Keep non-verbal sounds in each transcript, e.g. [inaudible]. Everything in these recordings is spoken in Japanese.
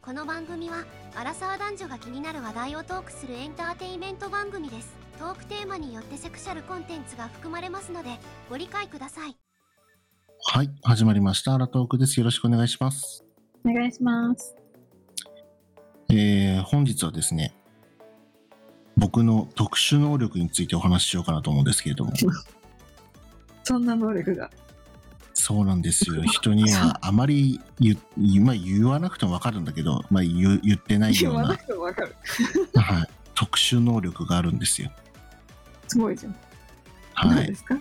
この番組はアラサー男女が気になる話題をトークするエンターテインメント番組ですトークテーマによってセクシャルコンテンツが含まれますのでご理解くださいはい、始まりました。アラトークです。よろしくお願いします。お願いします。えー、本日はですね、僕の特殊能力についてお話ししようかなと思うんですけれども、そんな能力が。そうなんです [laughs] よ。人にはあまり言う、まあ、言わなくてもわかるんだけど、まあ、言う言ってない言ようわなな、くてもわかる。 [laughs] はい、特殊能力があるんですよ。すごいじゃん。は何でい。すか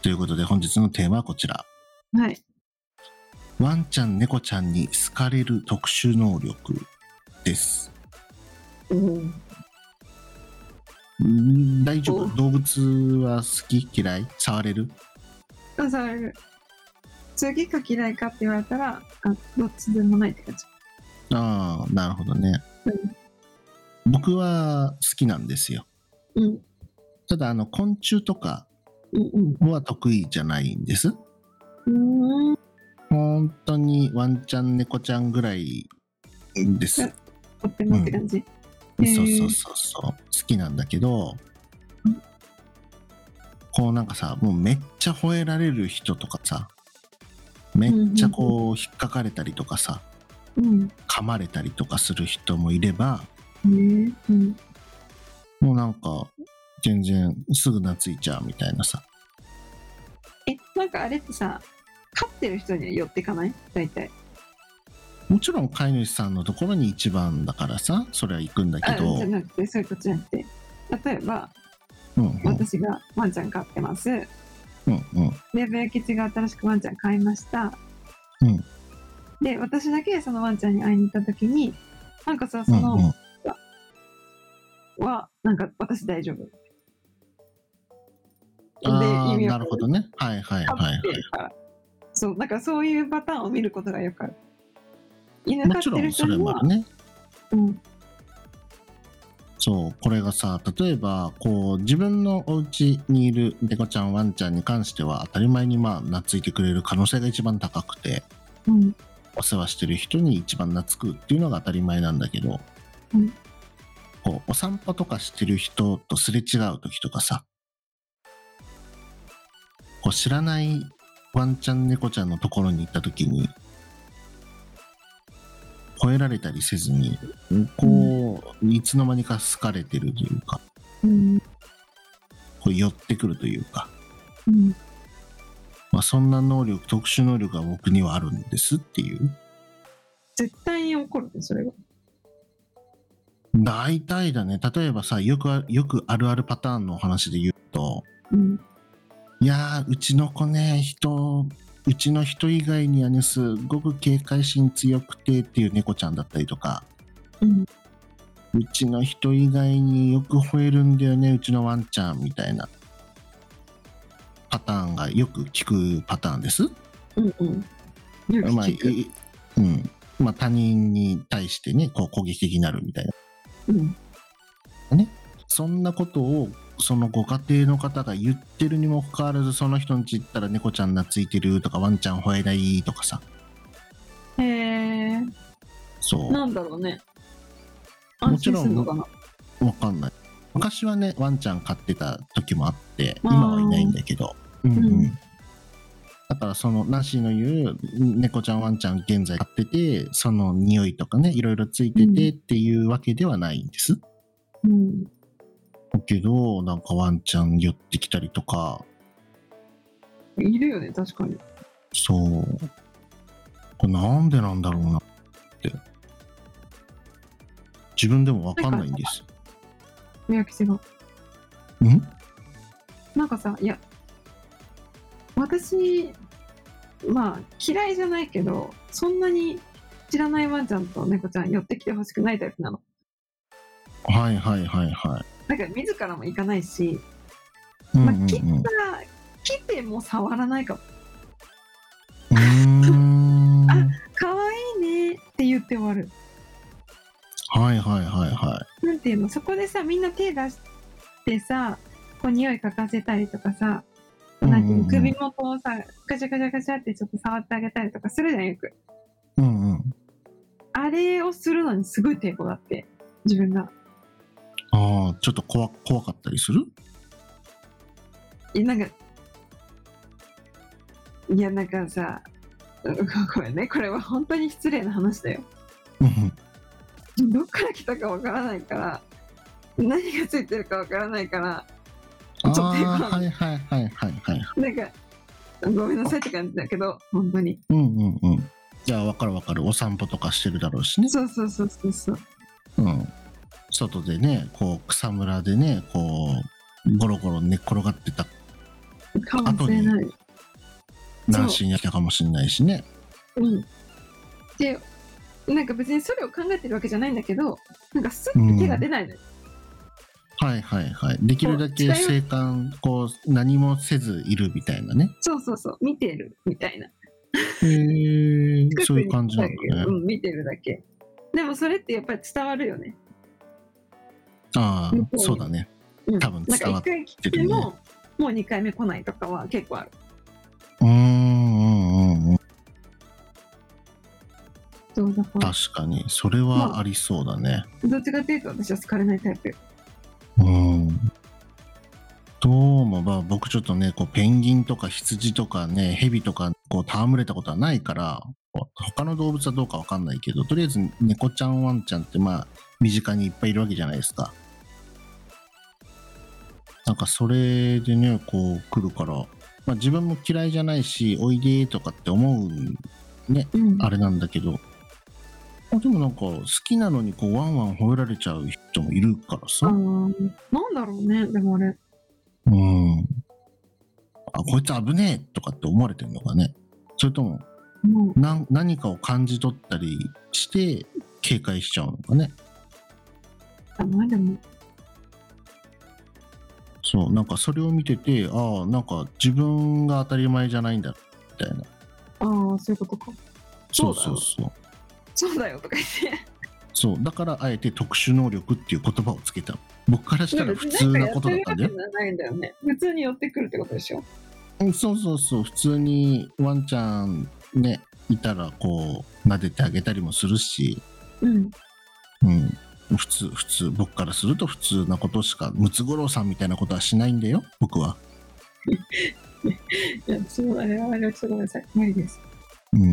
ということで、本日のテーマはこちら。はい。ワンちゃん、猫ちゃんに好かれる特殊能力です。うん。んー大丈夫お動物は好き嫌い触れるあ、それ、次か嫌いかって言われたら、あ、どっちでもないって感じ。ああ、なるほどね。僕は好きなんですよ。うん。ただ、あの、昆虫とかうんは得意じゃないんです。うん。うーん。本当にワンちゃん、猫ちゃんぐらいです。えとってもって感じ。へーそうそうそうそう。好きなんだけど、こうなんかさ、もうめっちゃ吠えられる人とかさ、めっちゃこう引っかかれたりとかさ、うん。噛まれたりとかする人もいれば、ねえ。うん。もうなんか、全然すぐ懐いちゃうみたいなさ。え、なんかあれってさ、飼ってる人には寄ってかない大体。もちろん飼い主さんのところに一番だからさ、それは行くんだけあ、ど、うじゃんなくて、そういうことじゃなくて。例えば、うん、私がワンちゃん飼ってます。で、うん、うん、病吉が新しくワンちゃん飼いました。うん、で私だけそのワンちゃんに会いに行った時になんかさそうん、うのん。はなんか私大丈夫でああ、意味なわかるほどね。はいはい飼はっいて。るからそうなんかそういうパターンを見ることがよくある犬も飼ちっろてるん人それにもあはるね。うんそう、これがさ、例えば、こう、自分のお家にいる猫ちゃん、ワンちゃんに関しては、当たり前にまあ、懐いてくれる可能性が一番高くて、うんお世話してる人に一番懐くっていうのが当たり前なんだけど、うんこうお散歩とかしてる人とすれ違う時とかさこう知らないワンちゃん猫ちゃんのところに行った時に吠えられたりせずにこう、いつの間にか好かれてるというかうんこう寄ってくるというか、うんまあ、そんな能力特殊能力が僕にはあるんですっていう絶対に怒るねそれは大体だね。例えばさ、よくあ、よくあるあるパターンのお話で言うと、うんいやー、うちの子ね、人、うちの人以外にはね、すっごく警戒心強くてっていう猫ちゃんだったりとか、うんうちの人以外によく吠えるんだよね、うちのワンちゃんみたいなパターンがよく聞くパターンです。うんうんよくまあ、い聞くいうん。まあ、他人に対してね、こう攻撃的になるみたいな。うんそんなことをそのご家庭の方が言ってるにもかかわらずその人んち行ったら猫ちゃん懐いてるとかワンちゃん吠えないとかさへえそなんだろうねも安ち心ろんするのかなうわかんない昔はねワンちゃん飼ってた時もあってあー今はいないんだけどうんうん、うんだからそのナッシーの言う猫ちゃんワンちゃん現在飼っててその匂いとかねいろいろついててっていうわけではないんです、うんだけどなんかワンちゃん寄ってきたりとかいるよね確かにそう。これなんでなんだろうなって。自分でもわかんないんです。宮吉がんなんかさ、いや、私、まあ、嫌いじゃないけど、そんなに知らないワンちゃんと猫ちゃん寄ってきてほしくないタイプなの。はいはいはいはい。だから、自らも行かないし、うんまあうん、切うんったら、来ても触らないかも。うーん。は可愛いねって言って終わる。いはいはいはなんていうの、そこでさ、みんな手出してさ、こう匂いかかせたりとかさ、い。うんなんていううんうの、ん首元をさ、ガチャガチャガチャってちょっと触ってあげたりとかするじゃん、よく。うんうん。ああれをするのにすごい抵抗があって、自分が。ああ、ちょっと怖怖かったりするいや、なんか、いや、なんかさ、 [laughs] うんごめんね、これは本当に失礼な話だよ。うんどっから来たかわからないから、何がついてるかわからないから、あっと抵抗あ、はいはいはいはいはい。なんか、ごめんなさいって感じだけど、本当に。うんうんうん。じゃあ、わかるわかる。お散歩とかしてるだろうしね。そうそうそうそうそう。うん。外でね、こう、草むらでね、こう、ゴロゴロ寝っ転がってたかもしれない。男子に来たかもしれないしね。うん。で、なんか別にそれを考えてるわけじゃないんだけど、なんかスッて手が出ないのよ。はいはいはい。できるだけこう近静観、こう、何もせずいるみたいなね。そうそうそう、見てるみたいな。へえ、そういう感じなんだね。うん、見てるだけ。でもそれってやっぱり伝わるよね。ああ、そうだね。うん、多分なんか伝わ一っ回来ててるねも、もう2回目来ないとかは結構ある。うーんうんうんうん。そうだから確かに。それはありそうだね。どっちかっていうと私は好かれないタイプ。うん。どうも、まあ僕ちょっとね、こうペンギンとか羊とかね、蛇とか、こう戯れたことはないから、こう他の動物はどうかわかんないけど、とりあえず猫ちゃんワンちゃんってまあ身近にいっぱいいるわけじゃないですか。なんかそれでね、こう来るから、まあ自分も嫌いじゃないし、おいでとかって思ううんあれなんだけど、あでもなんか好きなのにこうワンワン吠えられちゃう人もいるからさ。あーなんだろうね、でもあれ。うん。あ、こいつ危ねえとかって思われてるのかね。それとも、もなん何かを感じ取ったりして、警戒しちゃうのかね。う、まあでも、そう、なんかそれを見てて、ああ、なんか自分が当たり前じゃないんだ、みたいな。ああ、そういうことか。そうだそようそう。そうだよとか言って。そう、だからあえて特殊能力っていう言葉をつけた。僕からしたら普通なことだったんだよ別。になんかやってるわけじゃないんだよね。普通に寄ってくるってことでしょ。うんそうそうそう普通にワンちゃんねいたらこう撫でてあげたりもするし、うん。うん、普通普通僕からすると普通なことしかムツゴロウさんみたいなことはしないんだよ僕は、いや、そうあれはあれはちょっとごめんなさい。無理です。う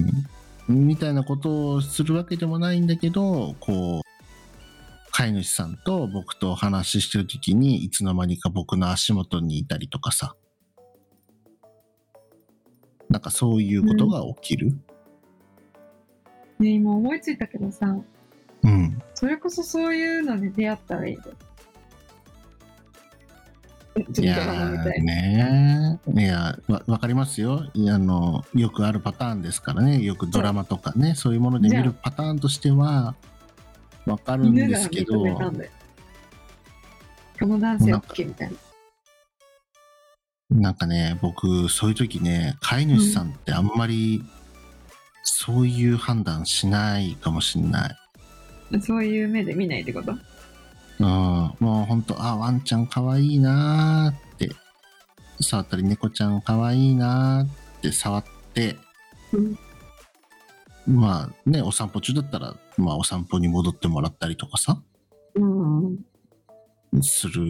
ん、みたいなことをするわけでもないんだけどこう飼い主さんと僕とお話ししてる時にいつの間にか僕の足元にいたりとかさなんかそういうことが起きる、ね、今思いついたけどさ、うん、それこそそういうので出会ったらいいよ。いやちょっとドラマみたーいな。ねーいやわわかりますよいやあのよくあるパターンですからねよくドラマとかねそういうもので見るパターンとしてはわかるん犬でがすけ認どめたんだよ。この男性 OK みたいな。なんかね僕そういう時ね飼い主さんってあんまりそういう判断しないかもしんない。そういう目で見ないってことうん、もうほんとあワンちゃんかわいいなーって触ったり猫ちゃんかわいいなーって触ってうん。まあね、お散歩中だったら、まあお散歩に戻ってもらったりとかさ、うん。する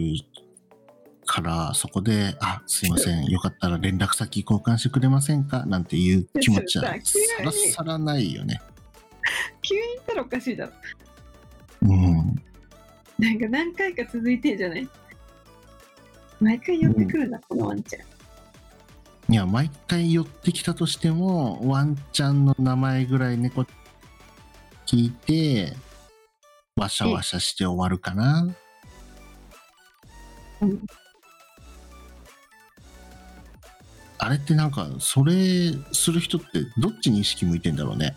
から、そこで、あ、すいません、 [laughs] よかったら連絡先交換してくれませんかなんていう気持ちはそうさらさ急にさらないよね。急に言ったらおかしいだろ。うん。なんか何回か続いてんじゃない毎回寄ってくるな、このワンちゃん。いや、毎回寄ってきたとしても、ワンちゃんの名前ぐらい猫聞いて、わしゃわしゃして終わるかな。うんあれってなんか、それする人ってどっちに意識向いてんだろうね。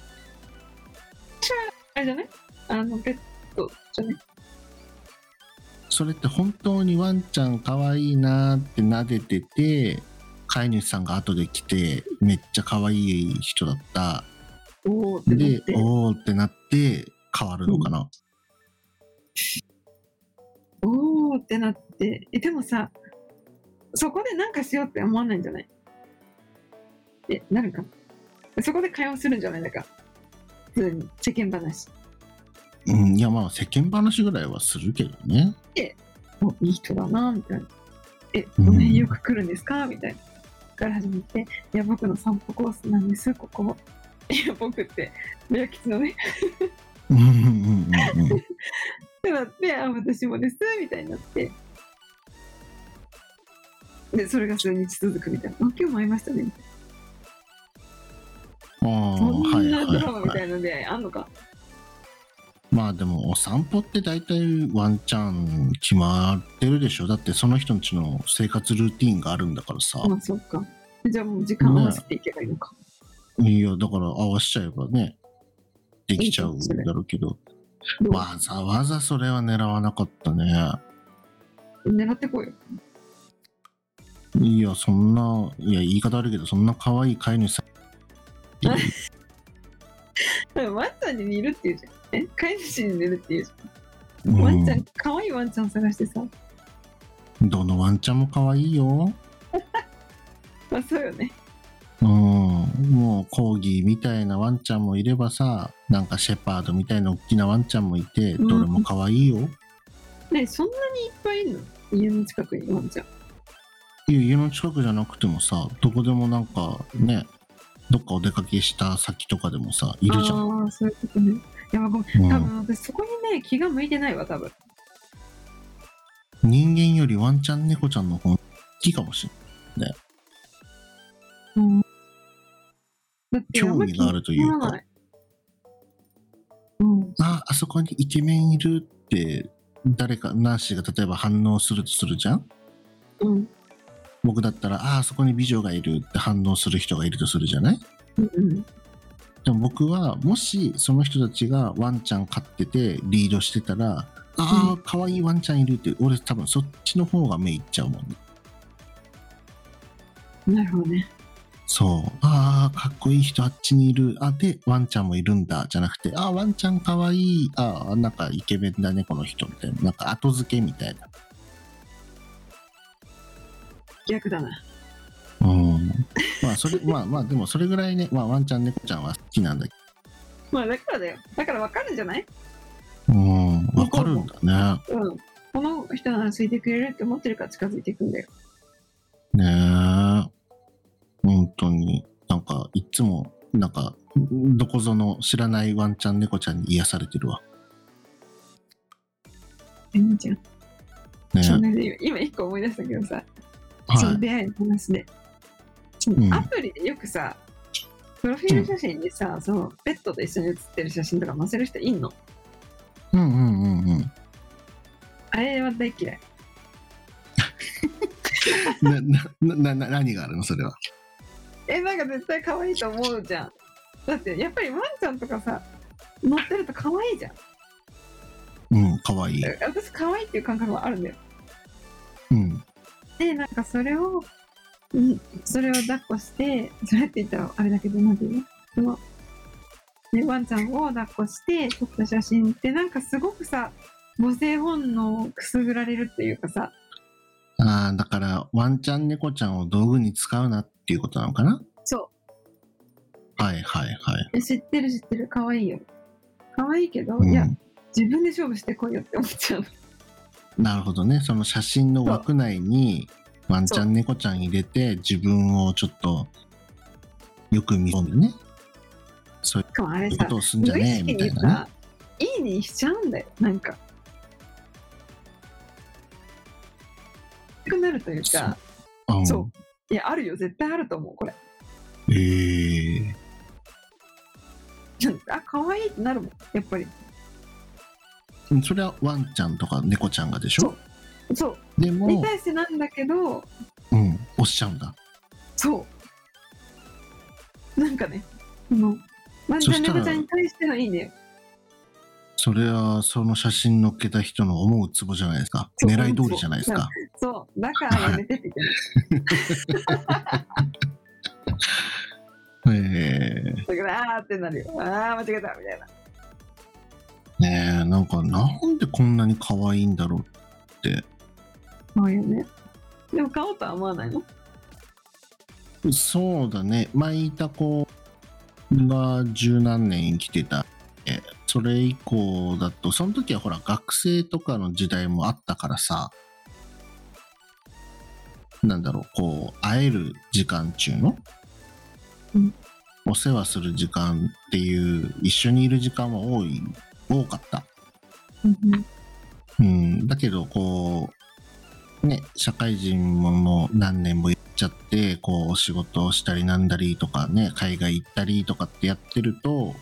あれじゃないあの、ペットじゃないそれって本当にワンちゃん可愛いなーって撫でてて飼い主さんが後で来てめっちゃ可愛い人だったおおってなでって。おーってなって変わるのかな、おおってなって。え、でもさ、そこで何かしようって思わないんじゃないえ、なるかそこで会話するんじゃないだから。普通に世間話。うん、いやまあ世間話ぐらいはするけど [laughs] ね。おいい人だなみたいな「えこの辺よく来るんですか?」みたいなから始めて「いや僕の散歩コースなんですここ」いや僕ってレア吉のねうんうんうんうんうん。ってなって「あ私もです」みたいになってでそれが数日続くみたいな「あ今日も会いましたね」ああ、そはいんはないドラマみはたい。いのであんのかまあでもお散歩って大体ワンチャン決まってるでしょ。だってその人のちの生活ルーティンがあるんだからさ。まあそっかじゃあもう時間合わせていけばいいのか、いや、だから合わしちゃえばね、できちゃうんだろうけど、どうわざわざそれは狙わなかったね。狙ってこいよいや、そんな、いや、言い方悪いけど、そんな可愛い飼い主さん。だからワンちゃんに似るって言うじゃんえ飼い主に似るって言うじうゃ [laughs] んワンんちゃん可愛いワンちゃん探してさどのワンちゃんも可愛いよ。まあそうよねうん、もうコーギーみたいなワンちゃんもいればさ、なんかシェパードみたいな大きなワンちゃんもいて、うんどれも可愛いよ。ねそんなにいっぱいいるの家の近くにワンちゃんいや、家の近くじゃなくてもさ、どこでもなんかね、どっかお出かけした先とかでもさ、いるじゃん。ああそういうことねいやまあごめんうん多分私そこにね気が向いてないわ多分人間よりワンちゃん猫ちゃんの方が好きかもしれない。うんだってあん興ま気味があるというかにならないうん、あ、あそこにイケメンいるって、誰か、ナーシーが例えば反応するとするじゃんうん、僕だったら、あ、あそこに美女がいるって反応する人がいるとするじゃないうん、でも僕は、もしその人たちがワンちゃん飼っててリードしてたら、ああ、可愛いワンちゃんいるって、俺多分そっちの方が目いっちゃうもんね。うん。なるほどね。そう。ああ、かっこいい人あっちにいる。あ、で、ワンちゃんもいるんだ。じゃなくて、ああ、ワンちゃんかわいい。ああ、なんかイケメンだね、この人みたいな。なんか後付けみたいな。逆だな。うん。まあ、それ、まあまあ、でもそれぐらいね、まあ、ワンちゃん、猫ちゃんは好きなんだけまあだからだよ。だからわかるんじゃないど。うん。わかるんだね。うん。この人ならついてくれるって思ってるから近づいていくんだよ。ねえ。本当に。なんか、いつも、なんか、どこぞの知らないワンちゃん、猫ちゃんに癒されてるわ。えみーちゃん。ねそんなで今一個思い出したけどさ、そはのい。出会いの話で。そうんのアプリでよくさ、プロフィール写真にさ、そのペットと一緒に写ってる写真とか載せる人いんの。うんうんうんうん。あれは大嫌い。な、な、な、な、何があるのそれは。え、なんか絶対可愛いと思うじゃん。だってやっぱりワンちゃんとかさ、乗ってると可愛いじゃん。うん、かわいい。私可愛いっていう感覚はあるんだよ。うん。でなんかそれを、うん、それを抱っこしてそれって言ったらあれだけどなんていうのその、ね、ワンちゃんを抱っこして撮った写真ってなんかすごくさ母性本能をくすぐられるっていうかさああ、だから、ワンちゃん、猫ちゃんを道具に使うなっていうことなのかなそはいはいはい。うえ知ってる知ってる可愛いよ可愛いけど、うんいや自分で勝負してこいよって思っちゃうなるほどね。その写真の枠内に、ワンちゃん、猫ちゃん入れて、自分をちょっと、よく見込んでね。そういしかもあれうさことをすんじゃねえ、みたいなね。無意識にさいいにしちゃうんだよなんかなくなるというかうん、そういやあるよ絶対あると思うこれ [laughs] ええなんかあ可愛いってなるもんやっぱりそれはワンちゃんとか猫ちゃんがでしそょうそうでにも、対してなんだけどうん、押しちゃうんだ。そうなんかねそのワンちそゃんしたら猫ちゃんに対してのいいねそれはその写真載っけた人の思うツボじゃないですかそう狙い通りじゃないですかそうだからやめてって言ってるええだからあーってなるよあー間違えたみたいなねえなんかなんでこんなに可愛いんだろうそうよねでも買おうとは思わないのそうだね前いた子が十何年生きてたえそれ以降だと、その時はほら、学生とかの時代もあったからさ、なんだろう、こう、会える時間中の、うんお世話する時間っていう、一緒にいる時間は多い、多かった。うんうんうん、だけど、こう、ね、社会人ももう何年も行っちゃって、こう、お仕事をしたりなんだりとかね、海外行ったりとかってやってると、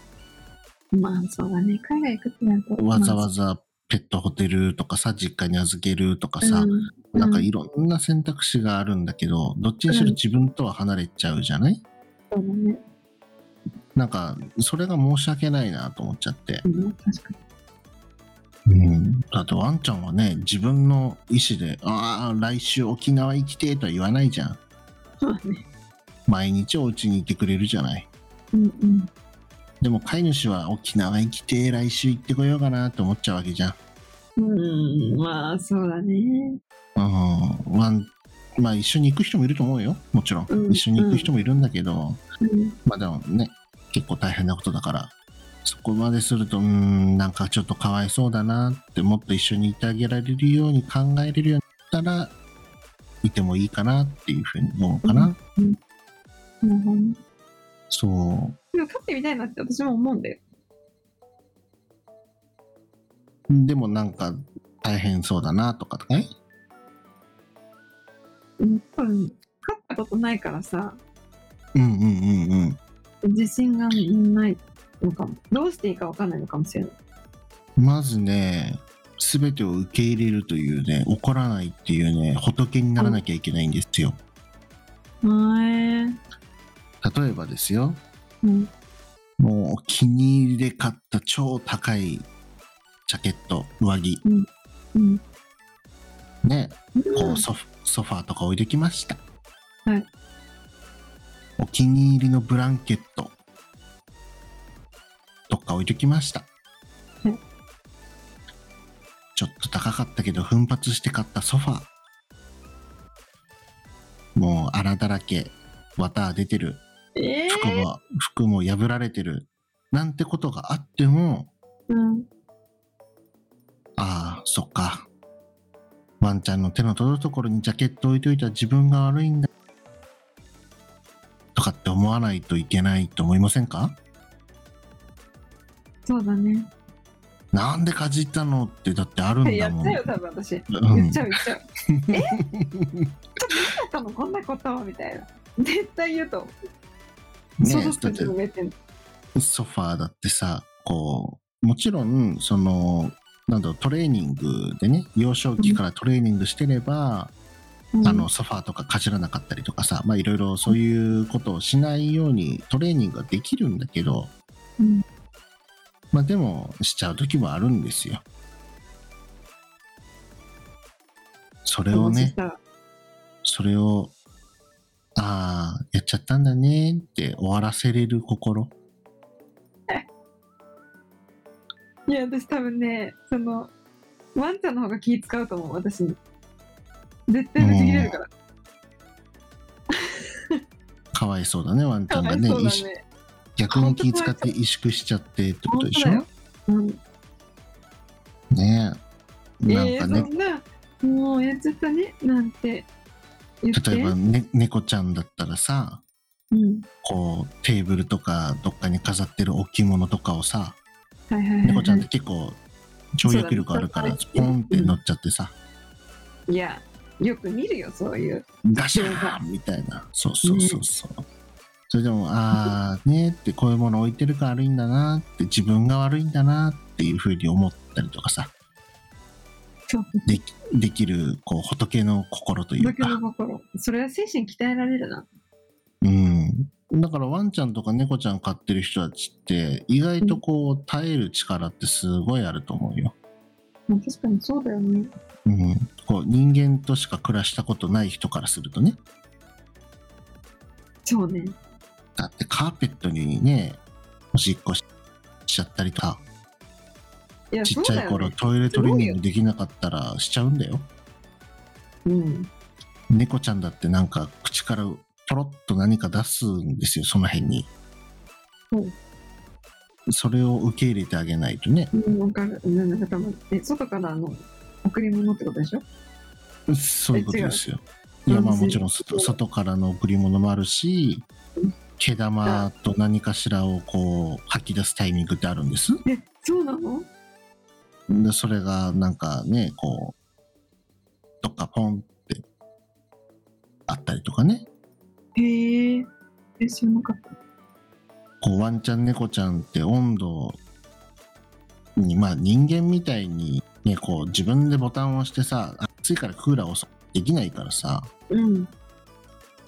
まあそうだね海外行くってなるとわざわざざペットホテルとかさ、実家に預けるとかさ、うんなんかいろんな選択肢があるんだけど、どっちにしろ自分とは離れちゃうじゃない、そうだね、なんか、それが申し訳ないなと思っちゃって。うん、確かにうん、だってワンちゃんはね、自分の意思で、ああ、来週沖縄行きてえとは言わないじゃん。そうだね毎日お家にいてくれるじゃない。うんうんでも飼い主は沖縄行きてえ来週行ってこようかなって思っちゃうわけじゃん。うんまあそうだねうん、ワン、まあ一緒に行く人もいると思うよ。もちろん。うん一緒に行く人もいるんだけど、うんまあでもね、結構大変なことだから、そこまですると、うーん、なんかちょっとかわいそうだなって、もっと一緒にいてあげられるように考えれるようになったら、いてもいいかなっていうふうに思うかな。うんなるほどねそでも飼ってみたいなって私も思うんだよう。でもなんか大変そうだなとかね。うん多分飼ったことないからさうんうんうんうん。自信がないのかもどうしていいかわかんないのかもしれないまずね、すべてを受け入れるというね、怒らないっていうね、仏にならなきゃいけないんですよ。は例えばですよ、いうんもうお気に入りで買った超高いジャケット、上着、うんね、こううんソフソファーとか置いてきました。はいお気に入りのブランケット、どっか置いてきました。はいちょっと高かったけど奮発して買ったソファー。もう穴だらけ、綿出てる。え服ーも、服も破られてる。なんてことがあっても、うんああ、そっか。ワンちゃんの手の届くところにジャケット置いといた自分が悪いんだ。とかって思わないといけないと思いませんかそうだねなんでかじったのってだってあるんやだっもん。ちゃうよ多分私うん言っちゃう言 [laughs] っちゃうえちょっと見たのこんなことみたいな絶対言うと思うね想像つく自分が言ってんのソファーだってさ、こう、もちろん、その、なんだろう、トレーニングでね、幼少期からトレーニングしてれば、うんあのソファーとかかじらなかったりとかさ、まあ、いろいろそういうことをしないようにトレーニングができるんだけど、うんまあ、でもしちゃう時もあるんですよ。それを話ねし、たらそれを、ああ、やっちゃったんだねって終わらせれる心。いや私多分ねそのワンちゃんの方が気使うと思う私に絶対ぶち切れるからかわいそうだね、ワンちかゃんわがいね。そうだ萎縮ね逆に気使って萎縮しちゃってってことでし本ょ当だようんねえ。えなんえかそね、んなもうやっちゃったねなんて言って例えば、ね、猫ちゃんだったらさ、うんこうテーブルとかどっかに飾ってる置物とかをさはいはいはいはい猫ちゃんって結構跳躍力あるからそうポだねンって乗っちゃってさいやよく見るよそういうガシャンみたいなそうそうそうそうそれでもああねってこういうもの置いてるから悪いんだなって自分が悪いんだなっていうふうに思ったりとかさそうできできるこう仏の心という仏のか心それは精神鍛えられるなうんだからワンちゃんとか猫ちゃん飼ってる人たちって意外とこう耐える力ってすごいあると思うよまあ確かにそうだよねうん、こう人間としか暮らしたことない人からするとねそうねだってカーペットにねおしっこしちゃったりとかいやちそっうちだゃいよ頃ねトイレトレーニングできなかったらしちゃうんだようん猫ちゃんだってなんか口からポロッと何か出すんですよその辺に、うんそれを受け入れてあげないとね。うん、わかる。うんなんか多分え外からの贈り物ってことでしょそういうことですよ。えい違うやまあ男性もちろん外外からの贈り物もあるしうん、毛玉と何かしらをこう吐き出すタイミングってあるんです。え、そうなのでそれがなんかね、こう、どっかポンってあったりとかね。へえ。え、知らなかった。こうワンちゃん猫ちゃんって温度にまあ人間みたいにねこう自分でボタンを押してさ暑いからクーラーを押すできないからさうん。で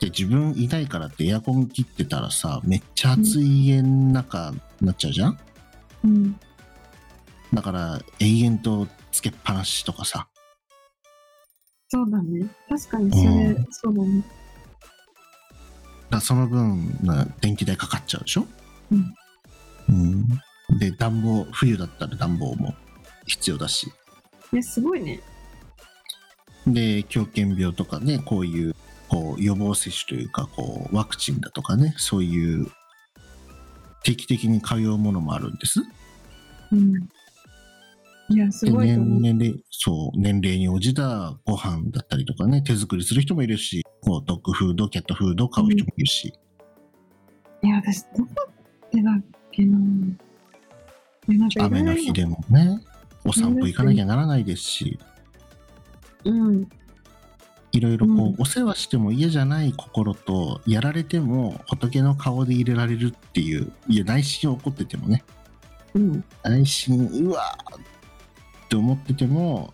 自分いないからってエアコン切ってたらさめっちゃ暑い家の中になっちゃうじゃん、うん。だから永遠とつけっぱなしとかさそうだね。確かにそれ、うそうだね。だからその分な電気代かかっちゃうでしょうん、うんで暖房冬だったら暖房も必要だしえ、すごいね。で狂犬病とかねこういうこう予防接種というかこうワクチンだとかねそういう定期的に通うものもあるんです。うん。いや、すでごいと年思う。年齢そう年齢に応じたご飯だったりとかね手作りする人もいるしこうドッグフードキャットフードを買う人もいるし、いや、私、どこってだっけな。いやなんかいろい雨ろの日でもねお散歩行かなきゃならないですしうん。いろいろこう、うんお世話しても嫌じゃない心とやられても仏の顔で入れられるっていういや内心怒っててもねうん。内心うわーって思ってても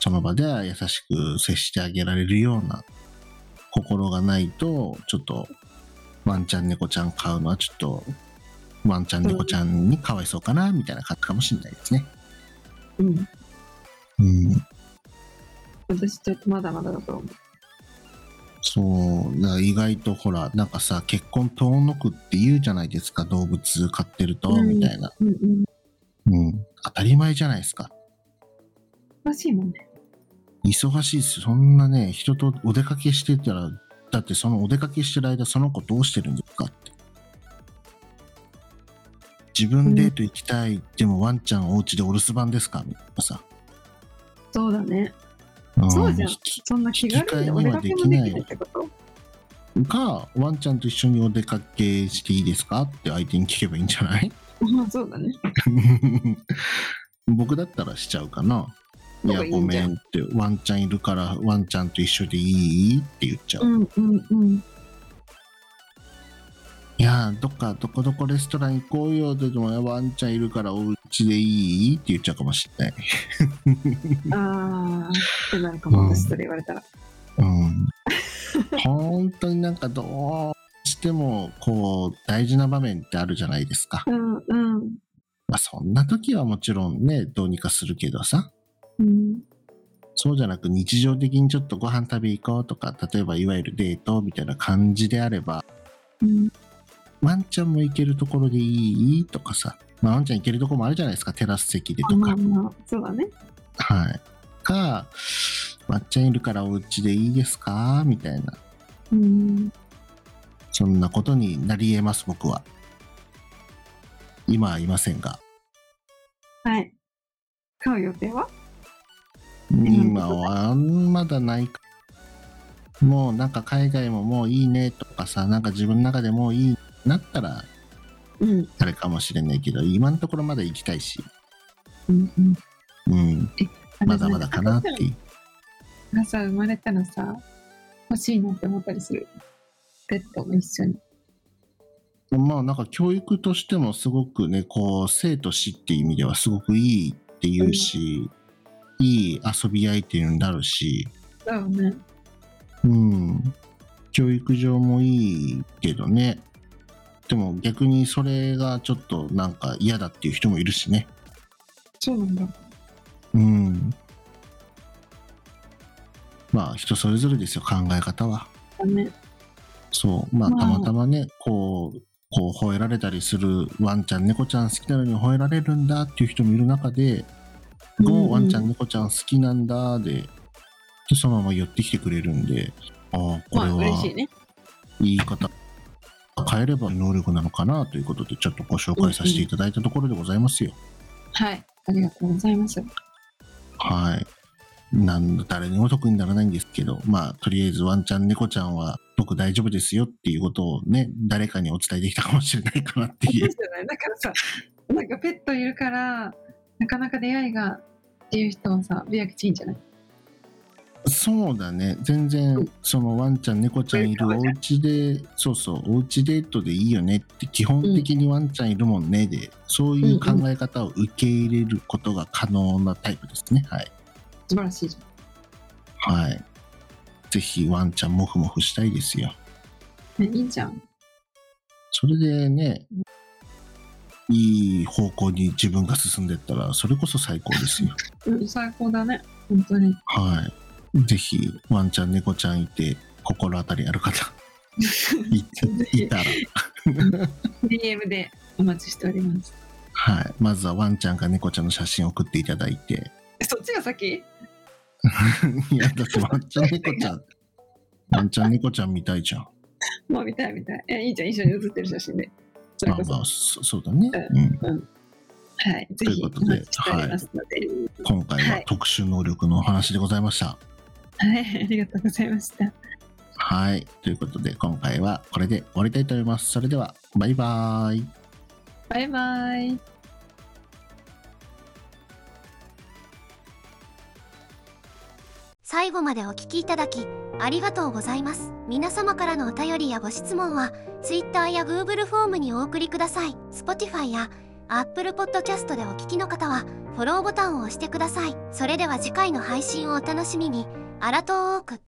その場では優しく接してあげられるような心がないとちょっとワンちゃん猫ちゃん飼うのはちょっとワンちゃん猫ちゃんにかわいそうかなみたいな感じかもしれないですね。うん。うん、私、ちょっとまだまだだと思う。そうだから意外とほらなんかさ結婚遠のくって言うじゃないですか動物飼ってるとうんみたいな、うんうん。うん、当たり前じゃないですからしいもんね。忙しいです。そんなね、人とお出かけしてたら、だってそのお出かけしてる間、その子どうしてるんですかって。自分デート行きたい、でもワンちゃんお家でお留守番ですかみたいなさ。そうだね。んそうじゃん。そんな気軽にお出かけもできないってことか、ワンちゃんと一緒にお出かけしていいですかって相手に聞けばいいんじゃないまあ [laughs] そうだね。 [laughs] 僕だったらしちゃうかな。いそや、ういいごんじめゃんんって、ワンちゃんいるから、ワンちゃんと一緒でいいって言っちゃう。うんうんうん。いやーどっかどこどこレストラン行こうよって言ってもワンちゃんいるからお家でいいって言っちゃうかもしれない。ああ、ってなるかも、うん私それ言われたら。 [laughs] うん。本当になんかどうしてもこう大事な場面ってあるじゃないですか。うんうん。まあそんな時はもちろんねどうにかするけどさ。うん、そうじゃなく日常的にちょっとご飯食べ行こうとか例えばいわゆるデートみたいな感じであればうん、ワンちゃんも行けるところでいいとかさ、まあ、ワンちゃん行けるとこもあるじゃないですかテラス席でとあか。まあまあそうだねはい。か、まっちゃんいるからお家でいいですかみたいな。うんそんなことになり得ます、僕は。今はいませんが。はい買う予定は今はまだないか。もうなんか海外ももういいねとかさ、なんか自分の中でもういいなったら、うんあれかもしれないけど、今のところまだ行きたいし、うんうんうん、まだまだかなっていう。がさ生まれたらさ欲しいなって思ったりするペットも一緒にまあなんか教育としてもすごくねこう生と死っていう意味ではすごくいいっていうし、いい遊び相手になるし、だよねうん、教育上もいいけどねでも逆にそれがちょっとなんか嫌だっていう人もいるしねそうなんだうんまあ人それぞれですよ考え方はだねそうまあまあたまたまねこうこう吠えられたりするワンちゃん猫ちゃん好きなのに吠えられるんだっていう人もいる中で「うんもうワンちゃん猫ちゃん好きなんだ」ででそのまま寄ってきてくれるんでああこまれはあ嬉しいね言い方変えれば能力なのかなということでちょっとご紹介させていただいたところでございますよ。はい。ありがとうございます。はい。なんだ誰にも特にならないんですけど、まあ、とりあえずワンちゃん、猫ちゃんは僕大丈夫ですよっていうことをね、誰かにお伝えできたかもしれないかなってそうじい [laughs] ゃう。ないだからさ、なんかペットいるから、なかなか出会いがっていう人はさ、ビアクチいいんじゃないそうだね。全然、そのワンちゃん、猫ちゃんいるお家で、そうそう、お家デートでいいよねって、基本的にワンちゃんいるもんねで、そういう考え方を受け入れることが可能なタイプですね。はい。素晴らしいじゃん。はい。ぜひワンちゃんもふもふしたいですよ。ね、いいじゃん。それでね、いい方向に自分が進んでったら、それこそ最高です [laughs] よ。うん、最高だね。本当に。はい。ぜひ、ワンちゃん、猫ちゃんいて、心当たりある [laughs] 方、いいたら、 DM でお待ちしております。はい。まずはワンちゃんか猫ちゃんの写真を送っていただい [laughs] て、えそっちが先いや、だってワンちゃん、猫ちゃ [laughs] ん、ワンちゃん、猫ちゃん見たいじゃん。もう見たい見たい。え、いいじゃん。一緒に写ってる写真で。それまあこそ。まあ、そそうだね。ううん。はい。ぜといひうおことで待ちしておりますので。今回は特殊能力のお話でございました。はい。ありがとうございました。はい。ということで、今回はこれで終わりたいと思います。それでは、バイバーイ。バイバイ。最後までお聞きいただき、ありがとうございます。皆様からのお便りやご質問は、Twitter や Google フォームにお送りください。Spotify や Apple Podcast でお聞きの方は、フォローボタンを押してください。それでは次回の配信をお楽しみに、アラトーーク。